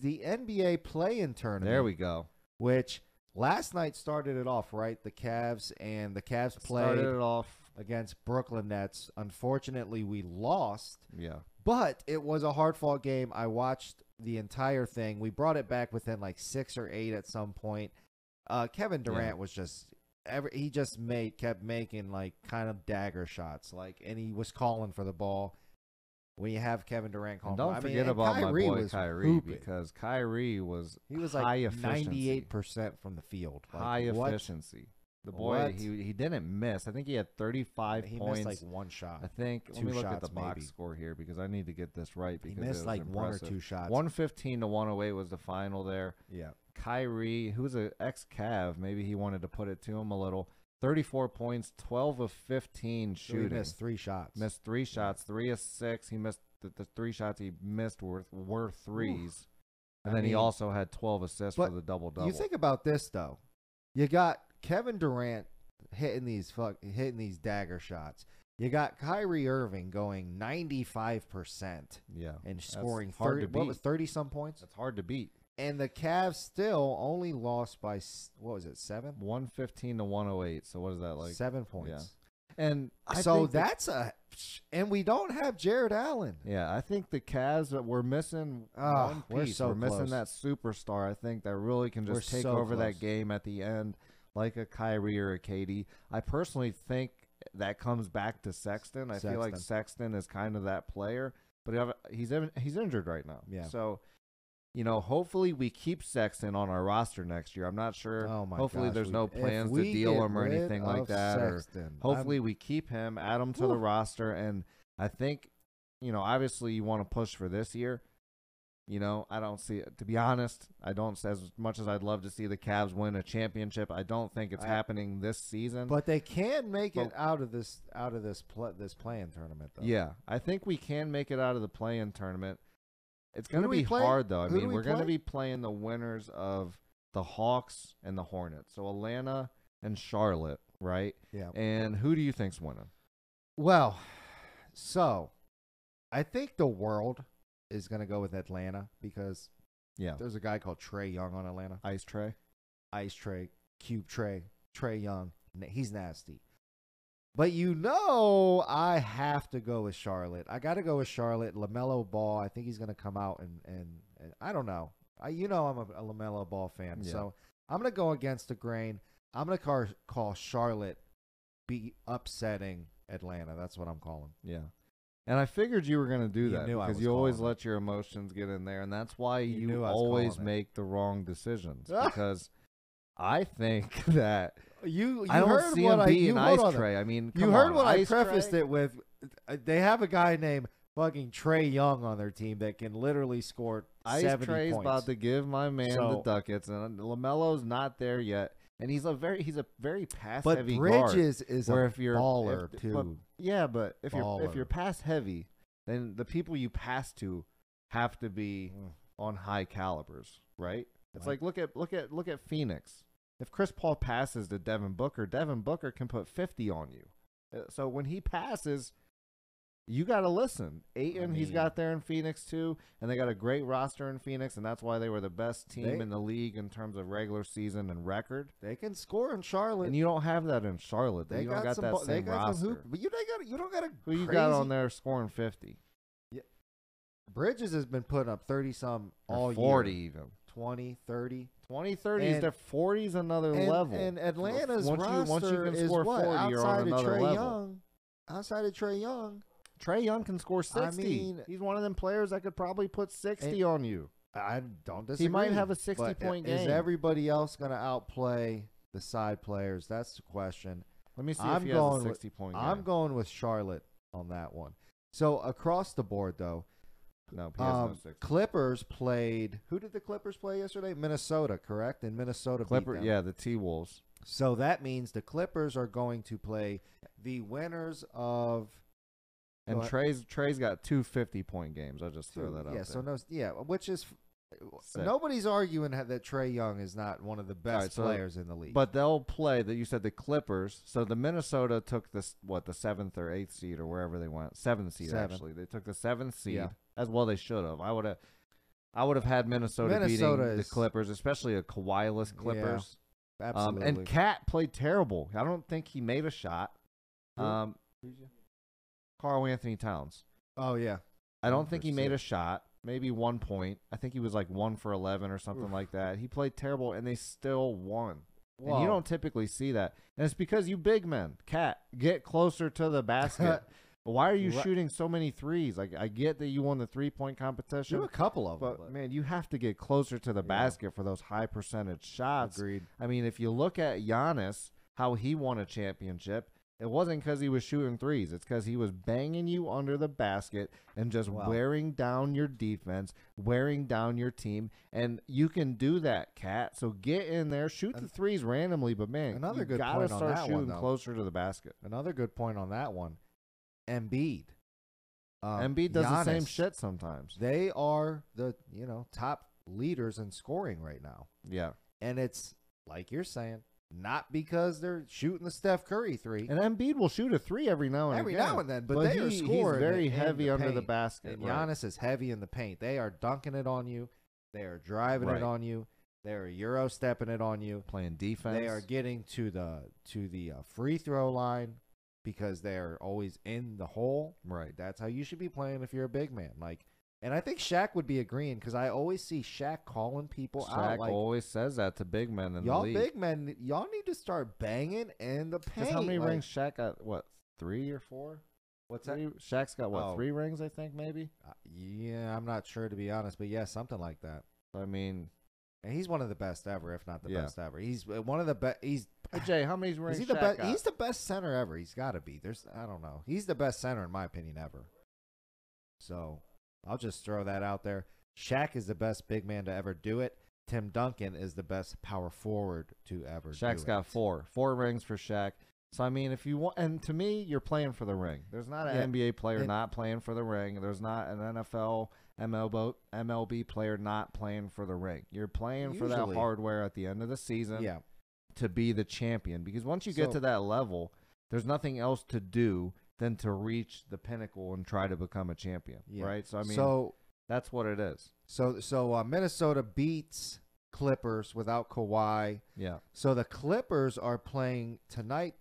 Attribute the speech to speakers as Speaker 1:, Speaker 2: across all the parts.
Speaker 1: the NBA play-in tournament.
Speaker 2: There we go.
Speaker 1: Which last night started it off right. The Cavs and the Cavs played
Speaker 2: Started it off.
Speaker 1: against Brooklyn Nets. Unfortunately, we lost,
Speaker 2: Yeah.
Speaker 1: but it was a hard-fought game. I watched the entire thing. We brought it back within like six or eight at some point. Uh, Kevin
Speaker 2: Yeah.
Speaker 1: Durant was just. Every, he just made kept making like kind of dagger shots, like, and he was calling for the ball. When you have Kevin Durant calling,
Speaker 2: And
Speaker 1: for-
Speaker 2: don't
Speaker 1: I mean,
Speaker 2: forget
Speaker 1: and
Speaker 2: about
Speaker 1: Kyrie
Speaker 2: my boy
Speaker 1: was
Speaker 2: Kyrie
Speaker 1: hooping.
Speaker 2: because Kyrie was
Speaker 1: He was
Speaker 2: high
Speaker 1: like
Speaker 2: efficiency.
Speaker 1: ninety eight percent from the field. Like,
Speaker 2: high
Speaker 1: what?
Speaker 2: efficiency. The boy
Speaker 1: What?
Speaker 2: he he didn't miss. I think he had 35
Speaker 1: He
Speaker 2: points.
Speaker 1: missed like one shot.
Speaker 2: I think let
Speaker 1: two
Speaker 2: me look at
Speaker 1: shots,
Speaker 2: the box
Speaker 1: maybe.
Speaker 2: score here because I need to get this right
Speaker 1: He
Speaker 2: because it
Speaker 1: missed
Speaker 2: was
Speaker 1: like one or
Speaker 2: impressive.
Speaker 1: two shots.
Speaker 2: 115 to 108 was the final there.
Speaker 1: yeah.
Speaker 2: Kyrie, who's an ex Cav, maybe he wanted to put it to him a little. 34 points, 12 of 15
Speaker 1: So he
Speaker 2: shooting.
Speaker 1: missed three shots.
Speaker 2: Missed three shots, three of six. He missed the, the three shots he missed were, were threes. And
Speaker 1: I
Speaker 2: then he
Speaker 1: mean,
Speaker 2: also had 12 assists for
Speaker 1: but
Speaker 2: the double double.
Speaker 1: You think about this though. You got Kevin Durant hitting these fuck hitting these dagger shots. You got Kyrie Irving going ninety five percent
Speaker 2: yeah.
Speaker 1: and
Speaker 2: that's
Speaker 1: scoring
Speaker 2: hard
Speaker 1: 30,
Speaker 2: to beat.
Speaker 1: what was thirty some points.
Speaker 2: That's hard to beat.
Speaker 1: And the Cavs still only lost by s- what was it seven?
Speaker 2: 115 to 108. So what is that like?
Speaker 1: seven points.
Speaker 2: And I
Speaker 1: so
Speaker 2: think the-
Speaker 1: that's a and we don't have Jared Allen.
Speaker 2: yeah, I think the Cavs that we're missing
Speaker 1: Ah,
Speaker 2: one piece.
Speaker 1: we're
Speaker 2: We're,
Speaker 1: so
Speaker 2: missing
Speaker 1: close.
Speaker 2: that superstar. I think that really can just
Speaker 1: We're
Speaker 2: take
Speaker 1: so
Speaker 2: over
Speaker 1: close.
Speaker 2: that game at the end, like a Kyrie or a KD. I personally think that comes back to Sexton. I feel like Sexton is kind of that player, but he- he's in- he's injured right now.
Speaker 1: Yeah.
Speaker 2: So. You know, hopefully we keep Sexton on our roster next year. I'm not sure.
Speaker 1: Oh my
Speaker 2: hopefully
Speaker 1: gosh,
Speaker 2: there's
Speaker 1: we-
Speaker 2: no
Speaker 1: if
Speaker 2: plans to
Speaker 1: we
Speaker 2: deal
Speaker 1: get
Speaker 2: him or
Speaker 1: rid
Speaker 2: anything like
Speaker 1: of
Speaker 2: that. or-
Speaker 1: Sexton, I'm-
Speaker 2: Hopefully, we keep him, add him to the
Speaker 1: Whew.
Speaker 2: roster, and I think, you know, obviously you want to push for this year. You know, I don't see it. To be honest, I don't. As much as I'd love to see the Cavs win a championship, I don't think it's
Speaker 1: I-
Speaker 2: happening this season.
Speaker 1: But they can make it
Speaker 2: But-
Speaker 1: out of this out of this pl- this playing tournament though.
Speaker 2: yeah, I think we can make it out of the play-in tournament. It's
Speaker 1: Who do
Speaker 2: going to
Speaker 1: we
Speaker 2: be
Speaker 1: play?
Speaker 2: hard, though. I
Speaker 1: Who do
Speaker 2: mean,
Speaker 1: we
Speaker 2: we're going
Speaker 1: play?
Speaker 2: to be playing the winners of the Hawks and the Hornets, so Atlanta and Charlotte, right?
Speaker 1: Yeah.
Speaker 2: And who do you think's winning?
Speaker 1: Well, so I think the world is going to go with Atlanta because
Speaker 2: Yeah,
Speaker 1: there's a guy called Trey Young on Atlanta.
Speaker 2: Ice Tray.
Speaker 1: Ice Trey, Cube Trey, Trey Young. Na- He's nasty. But you know, I have to go with Charlotte. I got to go with Charlotte. Lamelo Ball. I think he's going to come out and, and and I don't know. I you know I'm a, a Lamelo Ball fan,
Speaker 2: Yeah.
Speaker 1: so I'm going to go against the grain. I'm going to car- call Charlotte be upsetting Atlanta. That's what I'm calling.
Speaker 2: Yeah. And I figured you were going to do
Speaker 1: You
Speaker 2: that
Speaker 1: knew I
Speaker 2: because
Speaker 1: was
Speaker 2: you always
Speaker 1: calling it.
Speaker 2: let your emotions get in there. And that's why
Speaker 1: You
Speaker 2: you,
Speaker 1: knew I was
Speaker 2: always
Speaker 1: calling it.
Speaker 2: make the wrong decisions because I think that
Speaker 1: You, you
Speaker 2: I don't
Speaker 1: heard
Speaker 2: see
Speaker 1: what
Speaker 2: him
Speaker 1: I you,
Speaker 2: being
Speaker 1: hold on
Speaker 2: ice
Speaker 1: a-
Speaker 2: tray. I mean,
Speaker 1: You
Speaker 2: come
Speaker 1: heard
Speaker 2: on,
Speaker 1: what I
Speaker 2: Ice
Speaker 1: prefaced
Speaker 2: Tray?
Speaker 1: it with. uh, They have a guy named fucking Trey Young on their team that can literally score
Speaker 2: Ice
Speaker 1: 70
Speaker 2: Tray's
Speaker 1: points.
Speaker 2: about to give my man
Speaker 1: So-
Speaker 2: the ducats, and Lamelo's not there yet. And he's a very he's a very pass
Speaker 1: but
Speaker 2: heavy guard.
Speaker 1: Bridges is
Speaker 2: where
Speaker 1: a
Speaker 2: if you're-
Speaker 1: baller
Speaker 2: if-
Speaker 1: too.
Speaker 2: but- Yeah, but if you're if
Speaker 1: Baller.
Speaker 2: you're pass heavy, then the people you pass to have to be
Speaker 1: Mm.
Speaker 2: on high calibers, right? It's
Speaker 1: Right.
Speaker 2: like look at look at look at Phoenix. If Chris Paul passes to Devin Booker, Devin Booker can put 50 on you. Uh, So when he passes, you got to listen. Aiton, he's
Speaker 1: mean-
Speaker 2: got there in Phoenix too, and they got a great roster in Phoenix, and that's why they were the best team
Speaker 1: They-
Speaker 2: in the league in terms of regular season and record.
Speaker 1: They can score in Charlotte.
Speaker 2: And you don't have that in Charlotte.
Speaker 1: they
Speaker 2: you don't
Speaker 1: got,
Speaker 2: got
Speaker 1: some.
Speaker 2: that
Speaker 1: ba- they
Speaker 2: same
Speaker 1: got
Speaker 2: roster.
Speaker 1: some hoop. But you they got. You don't got a.
Speaker 2: Who you got on
Speaker 1: crazy-
Speaker 2: there scoring 50
Speaker 1: Bridges has been putting up thirty some
Speaker 2: or
Speaker 1: all
Speaker 2: 40
Speaker 1: year.
Speaker 2: even?
Speaker 1: 20, 30.
Speaker 2: 20, 30 is
Speaker 1: And-
Speaker 2: the 40 is another
Speaker 1: and,
Speaker 2: level.
Speaker 1: And Atlanta's
Speaker 2: once you, once you
Speaker 1: roster
Speaker 2: can
Speaker 1: is
Speaker 2: score
Speaker 1: what
Speaker 2: 40, you're
Speaker 1: outside
Speaker 2: on
Speaker 1: of
Speaker 2: another
Speaker 1: Trey
Speaker 2: level.
Speaker 1: Young. Outside of Trey Young,
Speaker 2: Trey Young can score 60.
Speaker 1: I mean-
Speaker 2: He's one of them players that could probably put 60
Speaker 1: And-
Speaker 2: on you.
Speaker 1: I don't disagree.
Speaker 2: He might have a
Speaker 1: but
Speaker 2: 60-point
Speaker 1: Is
Speaker 2: game.
Speaker 1: everybody else going to outplay the side players? That's the question.
Speaker 2: Let me see
Speaker 1: I'm
Speaker 2: if he
Speaker 1: going
Speaker 2: has a
Speaker 1: with-
Speaker 2: 60 point game.
Speaker 1: I'm going with Charlotte on that one. So across the board, though,
Speaker 2: No, he has no
Speaker 1: um,
Speaker 2: 60.
Speaker 1: Clippers played. Who did the Clippers play yesterday? Minnesota, correct? And Minnesota beat
Speaker 2: Clipper,
Speaker 1: them.
Speaker 2: yeah, the T Wolves.
Speaker 1: So that means the Clippers are going to play the winners of.
Speaker 2: And
Speaker 1: Well,
Speaker 2: Trey's Trey's got two 50 point games. I'll just throw
Speaker 1: two-
Speaker 2: that
Speaker 1: yeah,
Speaker 2: out there.
Speaker 1: so no, yeah, which is
Speaker 2: Sick.
Speaker 1: nobody's arguing ha- that Trey Young is not one of the best
Speaker 2: right, so-
Speaker 1: players in the league.
Speaker 2: But they'll play that you said the Clippers. So the Minnesota took this what the seventh or eighth seed or wherever they went seventh seed
Speaker 1: Seven.
Speaker 2: actually they took the seventh seed
Speaker 1: Yeah.
Speaker 2: as well they should have. I would have I would have had Minnesota,
Speaker 1: Minnesota
Speaker 2: beating the
Speaker 1: is-
Speaker 2: Clippers, especially a Kawhi-less Clippers. um,
Speaker 1: Absolutely.
Speaker 2: and Cat played terrible. I don't think he made a shot.
Speaker 1: Who?
Speaker 2: Um, Carl Anthony Towns.
Speaker 1: oh yeah,
Speaker 2: I don't think he made a
Speaker 1: 1%.
Speaker 2: shot. Maybe one point. I think he was like one for eleven or something
Speaker 1: Oof.
Speaker 2: like that. He played terrible, and they still won. And
Speaker 1: Wow.
Speaker 2: you don't typically see that, and it's because you big men, cat, get closer to the basket. Why are you
Speaker 1: Right.
Speaker 2: shooting so many threes? Like I get that you won the three point competition,
Speaker 1: do a couple of them.
Speaker 2: but man, you have to get closer to the
Speaker 1: Yeah.
Speaker 2: basket for those high percentage shots.
Speaker 1: agreed.
Speaker 2: I mean, if you look at Giannis, how he won a championship, it wasn't because he was shooting threes. It's because he was banging you under the basket and just
Speaker 1: Wow.
Speaker 2: wearing down your defense, wearing down your team. And you can do that, Cat. So get in there, shoot the
Speaker 1: An-
Speaker 2: threes randomly, but man,
Speaker 1: another
Speaker 2: you
Speaker 1: good
Speaker 2: gotta
Speaker 1: point on
Speaker 2: start
Speaker 1: that one,
Speaker 2: shooting
Speaker 1: though.
Speaker 2: closer to the basket.
Speaker 1: Another good point on that one. Embiid. Um,
Speaker 2: Embiid does the same
Speaker 1: Giannis,
Speaker 2: shit sometimes.
Speaker 1: They are the you know top leaders in scoring right now,
Speaker 2: Yeah.
Speaker 1: and it's like you're saying, not because they're shooting the Steph Curry three.
Speaker 2: And Embiid will shoot a three every now and
Speaker 1: Every
Speaker 2: again.
Speaker 1: now and then, but they are
Speaker 2: he-
Speaker 1: scoring
Speaker 2: He's very
Speaker 1: in
Speaker 2: heavy
Speaker 1: the
Speaker 2: under the
Speaker 1: paint.
Speaker 2: basket.
Speaker 1: And
Speaker 2: right.
Speaker 1: Giannis is heavy in the paint. They are dunking it on you. They are driving
Speaker 2: Right.
Speaker 1: it on you. They are euro stepping it on you.
Speaker 2: playing defense.
Speaker 1: They are getting to the to the uh, free throw line because they are always in the hole.
Speaker 2: right.
Speaker 1: That's how you should be playing if you're a big man. Like, and I think Shaq would be agreeing because I always see Shaq calling people
Speaker 2: Shaq
Speaker 1: out like,
Speaker 2: always says that to big men in
Speaker 1: "Y'all
Speaker 2: the league.
Speaker 1: big men, y'all need to start banging in the paint."
Speaker 2: Because how many
Speaker 1: Like,
Speaker 2: rings Shaq got? What three or four?
Speaker 1: What's that?
Speaker 2: three? Shaq's got what
Speaker 1: Oh.
Speaker 2: three rings? I think maybe.
Speaker 1: Uh, Yeah, I'm not sure to be honest, but yeah, something like that.
Speaker 2: I mean,
Speaker 1: And he's one of the best ever, if not the
Speaker 2: Yeah.
Speaker 1: best ever. He's uh, one of the best. He's
Speaker 2: Hey, Jay, how many
Speaker 1: is
Speaker 2: rings?
Speaker 1: he the
Speaker 2: Shaq
Speaker 1: best?
Speaker 2: got?
Speaker 1: He's the best center ever. He's got to be. There's I don't know. He's the best center in my opinion ever. So I'll just throw that out there. Shaq is the best big man to ever do it. Tim Duncan is the best power forward to ever.
Speaker 2: Shaq's
Speaker 1: do
Speaker 2: got
Speaker 1: it.
Speaker 2: four, four rings for Shaq. So I mean, if you want, and to me, you're playing for the ring. There's not an
Speaker 1: Yeah.
Speaker 2: NBA player
Speaker 1: And-
Speaker 2: not playing for the ring. There's not an NFL, MLB, MLB player not playing for the ring. You're playing for that
Speaker 1: Usually.
Speaker 2: hardware at the end of the season.
Speaker 1: Yeah,
Speaker 2: to be the champion because once you get
Speaker 1: So-
Speaker 2: to that level, there's nothing else to do than to reach the pinnacle and try to become a champion,
Speaker 1: yeah.
Speaker 2: right? So I mean,
Speaker 1: so
Speaker 2: that's what it is.
Speaker 1: so so uh, Minnesota beats Clippers without Kawhi.
Speaker 2: Yeah,
Speaker 1: So the Clippers are playing tonight.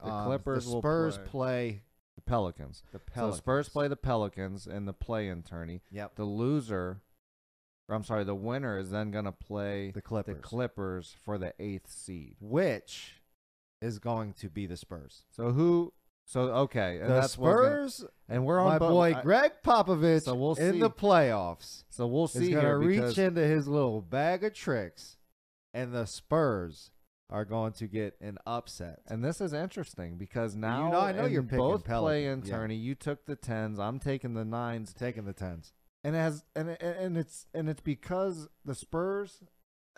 Speaker 1: um,
Speaker 2: The Clippers
Speaker 1: the
Speaker 2: will
Speaker 1: Spurs
Speaker 2: play-
Speaker 1: play
Speaker 2: the Pelicans.
Speaker 1: the
Speaker 2: So the Spurs play the Pelicans in the play-in tourney.
Speaker 1: Yep.
Speaker 2: The loser, or I'm sorry, the winner is then going to play
Speaker 1: The Clippers.
Speaker 2: the Clippers for the eighth seed.
Speaker 1: which is going to be the Spurs.
Speaker 2: So who? So okay, and
Speaker 1: the
Speaker 2: that's what we're gonna-
Speaker 1: Spurs,
Speaker 2: and we're on
Speaker 1: my
Speaker 2: bo-
Speaker 1: boy
Speaker 2: I-
Speaker 1: Greg Popovich
Speaker 2: So we'll
Speaker 1: in the
Speaker 2: see.
Speaker 1: playoffs
Speaker 2: so we'll
Speaker 1: is
Speaker 2: see
Speaker 1: going to
Speaker 2: here
Speaker 1: reach
Speaker 2: because-
Speaker 1: into his little bag of tricks, and the Spurs are going to get an upset.
Speaker 2: And this is interesting because
Speaker 1: know-
Speaker 2: now
Speaker 1: I know
Speaker 2: in
Speaker 1: you're picking
Speaker 2: both
Speaker 1: Pelican,
Speaker 2: play in
Speaker 1: yeah.
Speaker 2: tourney. You took the tens. I'm taking the nines.
Speaker 1: It's taking the tens.
Speaker 2: And as and and- and it's and it's because the Spurs.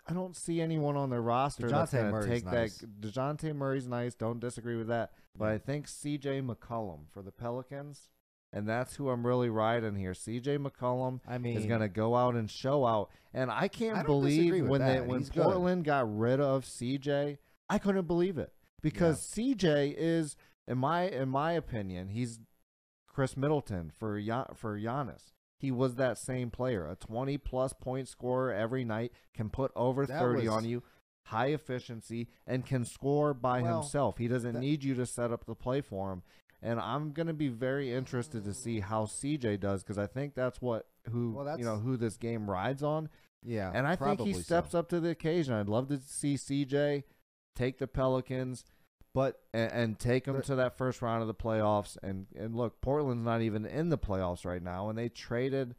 Speaker 2: I don't see anyone on their roster that's
Speaker 1: DeJounte
Speaker 2: going to
Speaker 1: Murray's
Speaker 2: take
Speaker 1: nice.
Speaker 2: that. Dejounte Murray's nice. Don't disagree with that. But
Speaker 1: Yeah.
Speaker 2: I think C.J. McCollum for the Pelicans, and that's who I'm really riding here. C.J. McCollum
Speaker 1: I mean,
Speaker 2: is going to go out and show out. And I can't
Speaker 1: I don't disagree
Speaker 2: believe
Speaker 1: with
Speaker 2: when they
Speaker 1: that.
Speaker 2: when
Speaker 1: He's good.
Speaker 2: Portland got rid of CJ, I couldn't believe it because CJ is in my in my opinion, he's Chris Middleton for Gian, for Giannis. He was that same player, a 20 plus point scorer every night, can put over
Speaker 1: That
Speaker 2: 30
Speaker 1: was-
Speaker 2: on you, high efficiency and can score by
Speaker 1: Well,
Speaker 2: himself. He doesn't
Speaker 1: that-
Speaker 2: need you to set up the play for him. And I'm going to be very interested to see how CJ does because I think that's what who
Speaker 1: Well,
Speaker 2: you
Speaker 1: that's-
Speaker 2: know who this game rides on.
Speaker 1: yeah,
Speaker 2: and I think he
Speaker 1: probably so.
Speaker 2: steps up to the occasion. I'd love to see CJ take the Pelicans
Speaker 1: But
Speaker 2: and, and take them
Speaker 1: But-
Speaker 2: to that first round of the playoffs. And and look, Portland's not even in the playoffs right now, and they traded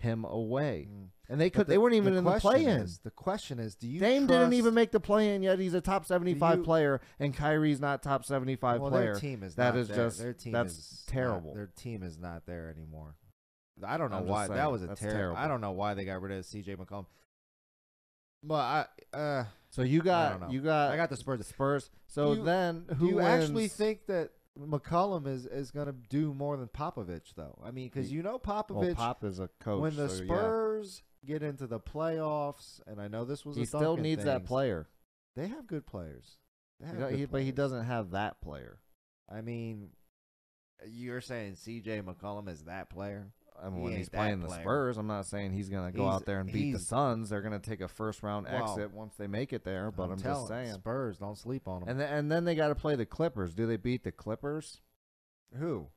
Speaker 2: him away,
Speaker 1: Mm.
Speaker 2: and they
Speaker 1: but
Speaker 2: could
Speaker 1: the-
Speaker 2: they weren't even in the
Speaker 1: question
Speaker 2: play in.
Speaker 1: is- The question is, do you
Speaker 2: Dame didn't
Speaker 1: trust-
Speaker 2: even make the play in yet. He's a top 75
Speaker 1: you-
Speaker 2: player, and Kyrie's not top 75
Speaker 1: well,
Speaker 2: player.
Speaker 1: Their team is
Speaker 2: That
Speaker 1: not
Speaker 2: is
Speaker 1: there.
Speaker 2: just
Speaker 1: their team
Speaker 2: that's
Speaker 1: is not-
Speaker 2: terrible.
Speaker 1: their team is not there anymore. I don't know
Speaker 2: I'm just
Speaker 1: why
Speaker 2: saying,
Speaker 1: that was a
Speaker 2: that's
Speaker 1: terrible. I
Speaker 2: terrible.
Speaker 1: don't know why they got rid of C.J. McCollum. But I, uh,
Speaker 2: so you
Speaker 1: I don't
Speaker 2: got
Speaker 1: know.
Speaker 2: you got
Speaker 1: I got the Spurs.
Speaker 2: Spurs. So
Speaker 1: Do you-
Speaker 2: then
Speaker 1: Do
Speaker 2: who
Speaker 1: you actually
Speaker 2: wins?
Speaker 1: think that McCollum is is going to do more than Popovich though? I mean, because you know
Speaker 2: Well,
Speaker 1: Popovich
Speaker 2: Pop is a coach.
Speaker 1: when the
Speaker 2: so yeah.
Speaker 1: Spurs get into the playoffs, and I know this was
Speaker 2: he
Speaker 1: a
Speaker 2: still
Speaker 1: Duncan
Speaker 2: needs that
Speaker 1: things,
Speaker 2: player.
Speaker 1: They have good players. They
Speaker 2: You
Speaker 1: have
Speaker 2: know,
Speaker 1: good
Speaker 2: he- but he
Speaker 1: players.
Speaker 2: doesn't have that player.
Speaker 1: I mean, you're saying C.J. McCollum is that player?
Speaker 2: I mean, when
Speaker 1: He
Speaker 2: he's
Speaker 1: ain't that
Speaker 2: playing the
Speaker 1: player.
Speaker 2: Spurs, I'm not saying he's gonna go
Speaker 1: He's-
Speaker 2: out there and beat the
Speaker 1: he's-
Speaker 2: Suns. They're gonna take a first round
Speaker 1: Well,
Speaker 2: exit once they make it there. But I'm, just
Speaker 1: telling,
Speaker 2: saying.
Speaker 1: Spurs don't sleep on them.
Speaker 2: And then, and then they got to play the Clippers. Do they beat the Clippers?
Speaker 1: Who?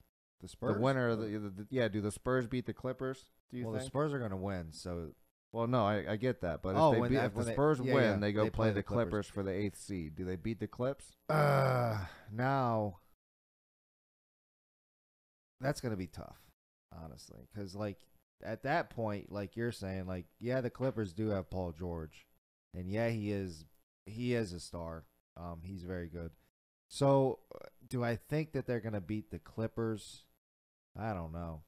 Speaker 1: The Spurs.
Speaker 2: The winner of the, the, the- yeah. Do the Spurs beat the Clippers? Do you
Speaker 1: well, the
Speaker 2: think?
Speaker 1: Spurs are going to win, so
Speaker 2: well, no, I, I get that, but
Speaker 1: Oh,
Speaker 2: if, they
Speaker 1: when
Speaker 2: beat,
Speaker 1: that-
Speaker 2: if the
Speaker 1: when they-
Speaker 2: Spurs
Speaker 1: yeah,
Speaker 2: win,
Speaker 1: yeah,
Speaker 2: they go
Speaker 1: they
Speaker 2: play, the Clippers. for the eighth seed. Do they beat the Clips?
Speaker 1: Uh, now that's gonna be tough, honestly, because like at that point, like you're saying, like yeah, the Clippers do have Paul George, and yeah, he is he is a star. Um, he's very good. So, uh, do I think that they're gonna beat the Clippers? I don't know,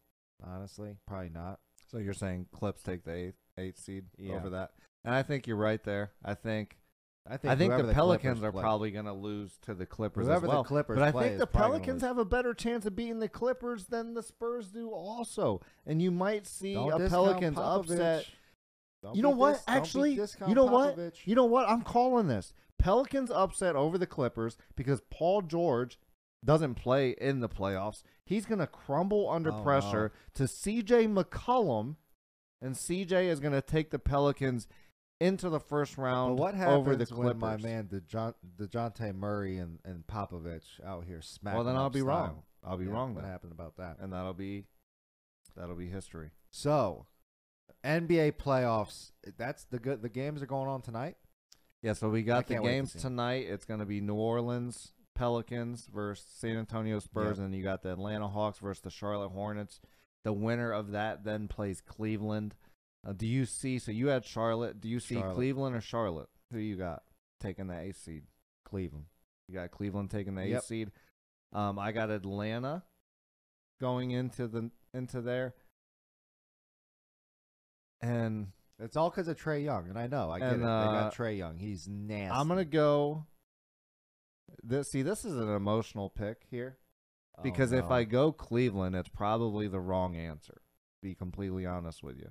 Speaker 1: honestly, probably not.
Speaker 2: So you're saying Clips take the eighth eighth seed
Speaker 1: Yeah.
Speaker 2: over that? And I think you're right there. I think
Speaker 1: I think
Speaker 2: I think,
Speaker 1: whoever
Speaker 2: the Pelicans
Speaker 1: Clippers
Speaker 2: are
Speaker 1: play-
Speaker 2: probably going to lose to the Clippers
Speaker 1: Whoever
Speaker 2: as
Speaker 1: the
Speaker 2: well.
Speaker 1: Clippers
Speaker 2: but I
Speaker 1: play
Speaker 2: think
Speaker 1: is
Speaker 2: the
Speaker 1: probably gonna
Speaker 2: Pelicans
Speaker 1: lose.
Speaker 2: have a better chance of beating the Clippers than the Spurs do, also. And you might see
Speaker 1: Don't
Speaker 2: a
Speaker 1: discount
Speaker 2: Pelicans
Speaker 1: Popovich.
Speaker 2: upset.
Speaker 1: Don't
Speaker 2: you know
Speaker 1: be
Speaker 2: what?
Speaker 1: dis- don't be
Speaker 2: Actually,
Speaker 1: discount
Speaker 2: you know what?
Speaker 1: Popovich.
Speaker 2: You know what? I'm calling this Pelicans upset over the Clippers because Paul George doesn't play in the playoffs. He's going to crumble under
Speaker 1: Oh, no.
Speaker 2: pressure to CJ McCollum, and CJ is going to take the Pelicans into the first round
Speaker 1: But what happens
Speaker 2: over the Clippers.
Speaker 1: when my man DeJoun- DeJounte Murray and, and Popovich out here smacking?
Speaker 2: Well, then
Speaker 1: up
Speaker 2: I'll be
Speaker 1: style?
Speaker 2: wrong. I'll be
Speaker 1: Yeah,
Speaker 2: wrong
Speaker 1: What
Speaker 2: then,
Speaker 1: happened about that?
Speaker 2: and that'll be that'll be history.
Speaker 1: So, NBA playoffs. That's the good. The games are going on tonight.
Speaker 2: Yeah, so we got the
Speaker 1: can't wait to
Speaker 2: games
Speaker 1: see 'em.
Speaker 2: tonight. It's going to be New Orleans Pelicans versus San Antonio Spurs,
Speaker 1: Yep.
Speaker 2: and you got the Atlanta Hawks versus the Charlotte Hornets. The winner of that then plays Cleveland. Uh, do you see? So you had Charlotte. Do you see
Speaker 1: Charlotte.
Speaker 2: Cleveland or Charlotte? Who you got taking the eighth seed?
Speaker 1: Cleveland.
Speaker 2: You got Cleveland taking the eighth
Speaker 1: Yep.
Speaker 2: seed. Um, I got Atlanta going into the into there, and
Speaker 1: It's all because of Trey Young, and I know I get
Speaker 2: And,
Speaker 1: it. they
Speaker 2: uh,
Speaker 1: got Trey Young. He's nasty.
Speaker 2: I'm gonna go. This see, this is an emotional pick here
Speaker 1: Oh,
Speaker 2: because if
Speaker 1: no.
Speaker 2: I go Cleveland, it's probably the wrong answer. To be completely honest with you,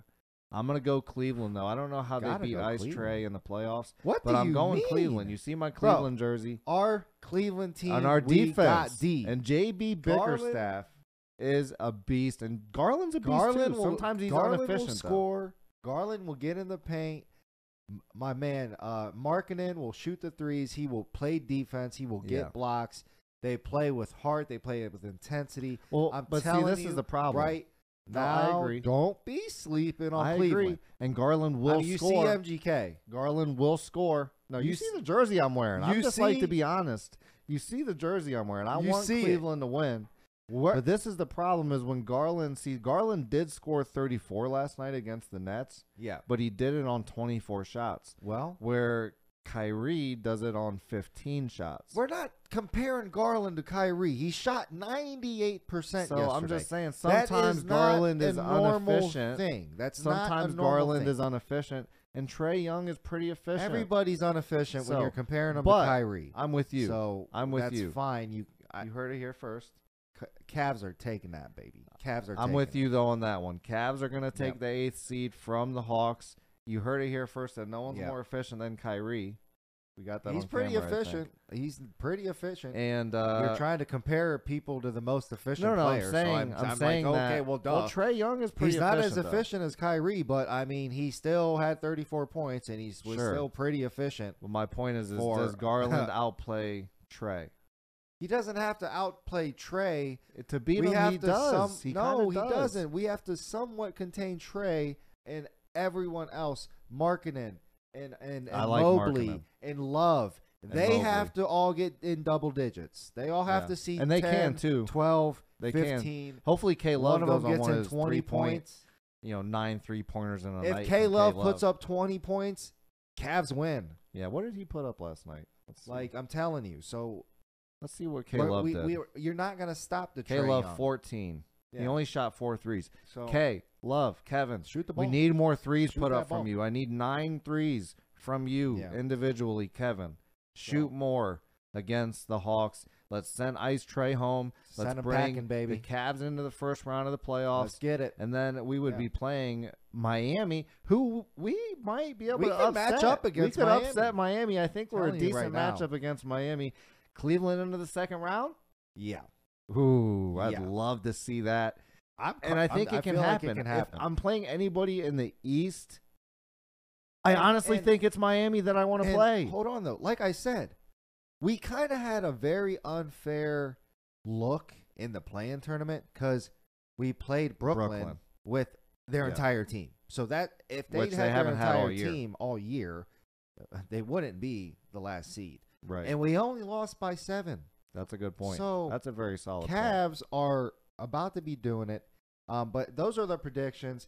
Speaker 2: I'm gonna go Cleveland though. I don't know how they
Speaker 1: Gotta
Speaker 2: beat
Speaker 1: go
Speaker 2: Ice
Speaker 1: Cleveland.
Speaker 2: Tray in the playoffs,
Speaker 1: what
Speaker 2: but
Speaker 1: do
Speaker 2: I'm
Speaker 1: you
Speaker 2: going
Speaker 1: mean?
Speaker 2: Cleveland. You see my
Speaker 1: Bro,
Speaker 2: Cleveland jersey
Speaker 1: our Cleveland team
Speaker 2: on our
Speaker 1: we
Speaker 2: defense,
Speaker 1: got deep.
Speaker 2: and JB
Speaker 1: Garland-
Speaker 2: Bickerstaff is a beast, and Garland's a beast
Speaker 1: Garland
Speaker 2: too.
Speaker 1: will,
Speaker 2: Sometimes he's
Speaker 1: Garland
Speaker 2: inefficient.
Speaker 1: Will
Speaker 2: though.
Speaker 1: score. Garland will get in the paint. M- My man, uh, Markkinen will shoot the threes. He will play defense. He will get
Speaker 2: Yeah.
Speaker 1: blocks. They play with heart. They play it with intensity.
Speaker 2: Well,
Speaker 1: I'm
Speaker 2: but see,
Speaker 1: telling
Speaker 2: this is
Speaker 1: you
Speaker 2: the problem.
Speaker 1: Right
Speaker 2: No, I
Speaker 1: now,
Speaker 2: agree.
Speaker 1: don't be sleeping on
Speaker 2: I
Speaker 1: Cleveland.
Speaker 2: agree, and Garland
Speaker 1: I
Speaker 2: will
Speaker 1: mean, you
Speaker 2: score.
Speaker 1: see MGK.
Speaker 2: Garland will score. No, you,
Speaker 1: You
Speaker 2: see
Speaker 1: s-
Speaker 2: the jersey I'm wearing. I
Speaker 1: you
Speaker 2: just like to
Speaker 1: see-
Speaker 2: be honest. You see the jersey I'm wearing. I
Speaker 1: You
Speaker 2: want
Speaker 1: see it.
Speaker 2: Cleveland to win. But this is the problem: is when Garland see Garland did score 34 last night against the Nets,
Speaker 1: Yeah.
Speaker 2: but he did it on 24 shots,
Speaker 1: Well,
Speaker 2: where Kyrie does it on 15 shots.
Speaker 1: we're not comparing Garland to Kyrie. He shot 98%
Speaker 2: so
Speaker 1: yesterday.
Speaker 2: I'm just saying,
Speaker 1: That is
Speaker 2: sometimes
Speaker 1: not
Speaker 2: Garland
Speaker 1: a
Speaker 2: is
Speaker 1: normal
Speaker 2: inefficient.
Speaker 1: Thing. That's not a
Speaker 2: Sometimes
Speaker 1: normal
Speaker 2: Garland
Speaker 1: thing.
Speaker 2: is inefficient, and Trey Young is pretty efficient.
Speaker 1: Everybody's inefficient
Speaker 2: So,
Speaker 1: when you're comparing them
Speaker 2: but
Speaker 1: to Kyrie.
Speaker 2: I'm with you.
Speaker 1: So
Speaker 2: I'm with
Speaker 1: that's
Speaker 2: you.
Speaker 1: Fine, you. I,
Speaker 2: you heard it here first.
Speaker 1: C- Cavs are taking that baby. Cavs are.
Speaker 2: I'm
Speaker 1: taking
Speaker 2: with
Speaker 1: it.
Speaker 2: you though on that one. Cavs are going to take
Speaker 1: Yep.
Speaker 2: the eighth seed from the Hawks. You heard it here first that no one's
Speaker 1: Yep.
Speaker 2: more efficient than Kyrie. We got that.
Speaker 1: He's
Speaker 2: on
Speaker 1: pretty
Speaker 2: camera, I think.
Speaker 1: efficient. He's pretty efficient.
Speaker 2: And uh,
Speaker 1: you're trying to compare people to the most efficient
Speaker 2: no, no,
Speaker 1: player.
Speaker 2: I'm saying,
Speaker 1: so I'm,
Speaker 2: I'm saying
Speaker 1: like,
Speaker 2: that,
Speaker 1: okay, well, duh.
Speaker 2: Trey Young is pretty.
Speaker 1: he's not as
Speaker 2: efficient, though.
Speaker 1: efficient as Kyrie, but I mean, he still had 34 points, and he was
Speaker 2: Sure.
Speaker 1: still pretty efficient.
Speaker 2: Well, my point is, is
Speaker 1: for-
Speaker 2: does Garland outplay Trey?
Speaker 1: He doesn't have to outplay Trey.
Speaker 2: To beat
Speaker 1: we
Speaker 2: him,
Speaker 1: have
Speaker 2: he
Speaker 1: to
Speaker 2: does.
Speaker 1: Some,
Speaker 2: he
Speaker 1: no, he
Speaker 2: kinda does.
Speaker 1: doesn't. We have to somewhat contain Trey and everyone else, Markkinen and and, and
Speaker 2: I like
Speaker 1: Mobley
Speaker 2: Markkanen.
Speaker 1: and Love.
Speaker 2: And
Speaker 1: they
Speaker 2: Mobley.
Speaker 1: have to all get in double digits. They all have
Speaker 2: Yeah.
Speaker 1: to see
Speaker 2: And they
Speaker 1: 10,
Speaker 2: can, too.
Speaker 1: 12,
Speaker 2: They can.
Speaker 1: 15.
Speaker 2: Hopefully, K Love
Speaker 1: One of
Speaker 2: goes
Speaker 1: them
Speaker 2: on
Speaker 1: gets
Speaker 2: one of
Speaker 1: in
Speaker 2: his
Speaker 1: 20
Speaker 2: three-point,
Speaker 1: points.
Speaker 2: You know, nine three pointers in a night.
Speaker 1: If
Speaker 2: from
Speaker 1: K Love
Speaker 2: K-Love.
Speaker 1: puts up 20 points, Cavs win.
Speaker 2: yeah, what did he put up last night? Let's see.
Speaker 1: Like I'm telling you. So
Speaker 2: let's see what K
Speaker 1: but
Speaker 2: Love
Speaker 1: we,
Speaker 2: did.
Speaker 1: we, you're not going to stop the
Speaker 2: K
Speaker 1: Trey
Speaker 2: Love
Speaker 1: Young.
Speaker 2: 14. He
Speaker 1: Yeah.
Speaker 2: only shot four threes.
Speaker 1: So
Speaker 2: K Love, Kevin,
Speaker 1: Shoot the
Speaker 2: We
Speaker 1: ball.
Speaker 2: need more threes
Speaker 1: Shoot
Speaker 2: put up
Speaker 1: that
Speaker 2: from
Speaker 1: ball.
Speaker 2: you. I need nine threes from you
Speaker 1: Yeah.
Speaker 2: individually, Kevin. Shoot
Speaker 1: So-
Speaker 2: more against the Hawks. Let's send Ice Trey home. Let's
Speaker 1: Send 'em
Speaker 2: bring
Speaker 1: packing, baby.
Speaker 2: the Cavs into the first round of the playoffs.
Speaker 1: let's get it.
Speaker 2: and then we would
Speaker 1: Yeah.
Speaker 2: be playing Miami, who we might be able
Speaker 1: We
Speaker 2: to
Speaker 1: could
Speaker 2: upset.
Speaker 1: match up against
Speaker 2: we could
Speaker 1: Miami.
Speaker 2: upset Miami. I think we're a
Speaker 1: Telling you right
Speaker 2: decent
Speaker 1: now.
Speaker 2: matchup against Miami. Cleveland into the second round.
Speaker 1: Yeah.
Speaker 2: Ooh, I'd
Speaker 1: Yeah.
Speaker 2: love to see that.
Speaker 1: I'm,
Speaker 2: and I
Speaker 1: I'm-
Speaker 2: think it, can
Speaker 1: feel like
Speaker 2: happen.
Speaker 1: it can
Speaker 2: If
Speaker 1: happen.
Speaker 2: I'm playing anybody in the East. I
Speaker 1: And-
Speaker 2: honestly
Speaker 1: and-
Speaker 2: think it's Miami that I want to
Speaker 1: And
Speaker 2: play.
Speaker 1: Hold on though. Like I said, we kind of had a very unfair look in the play-in tournament because we played Brooklyn,
Speaker 2: Brooklyn.
Speaker 1: with their
Speaker 2: Yeah.
Speaker 1: entire team. So that if they
Speaker 2: Which they
Speaker 1: had their
Speaker 2: haven't had all
Speaker 1: entire
Speaker 2: year.
Speaker 1: team all year, they wouldn't be the last seed.
Speaker 2: Right.
Speaker 1: And we only lost by seven.
Speaker 2: That's a good point.
Speaker 1: So,
Speaker 2: that's a very solid point.
Speaker 1: Cavs are about to be doing it. Um, but those are the predictions.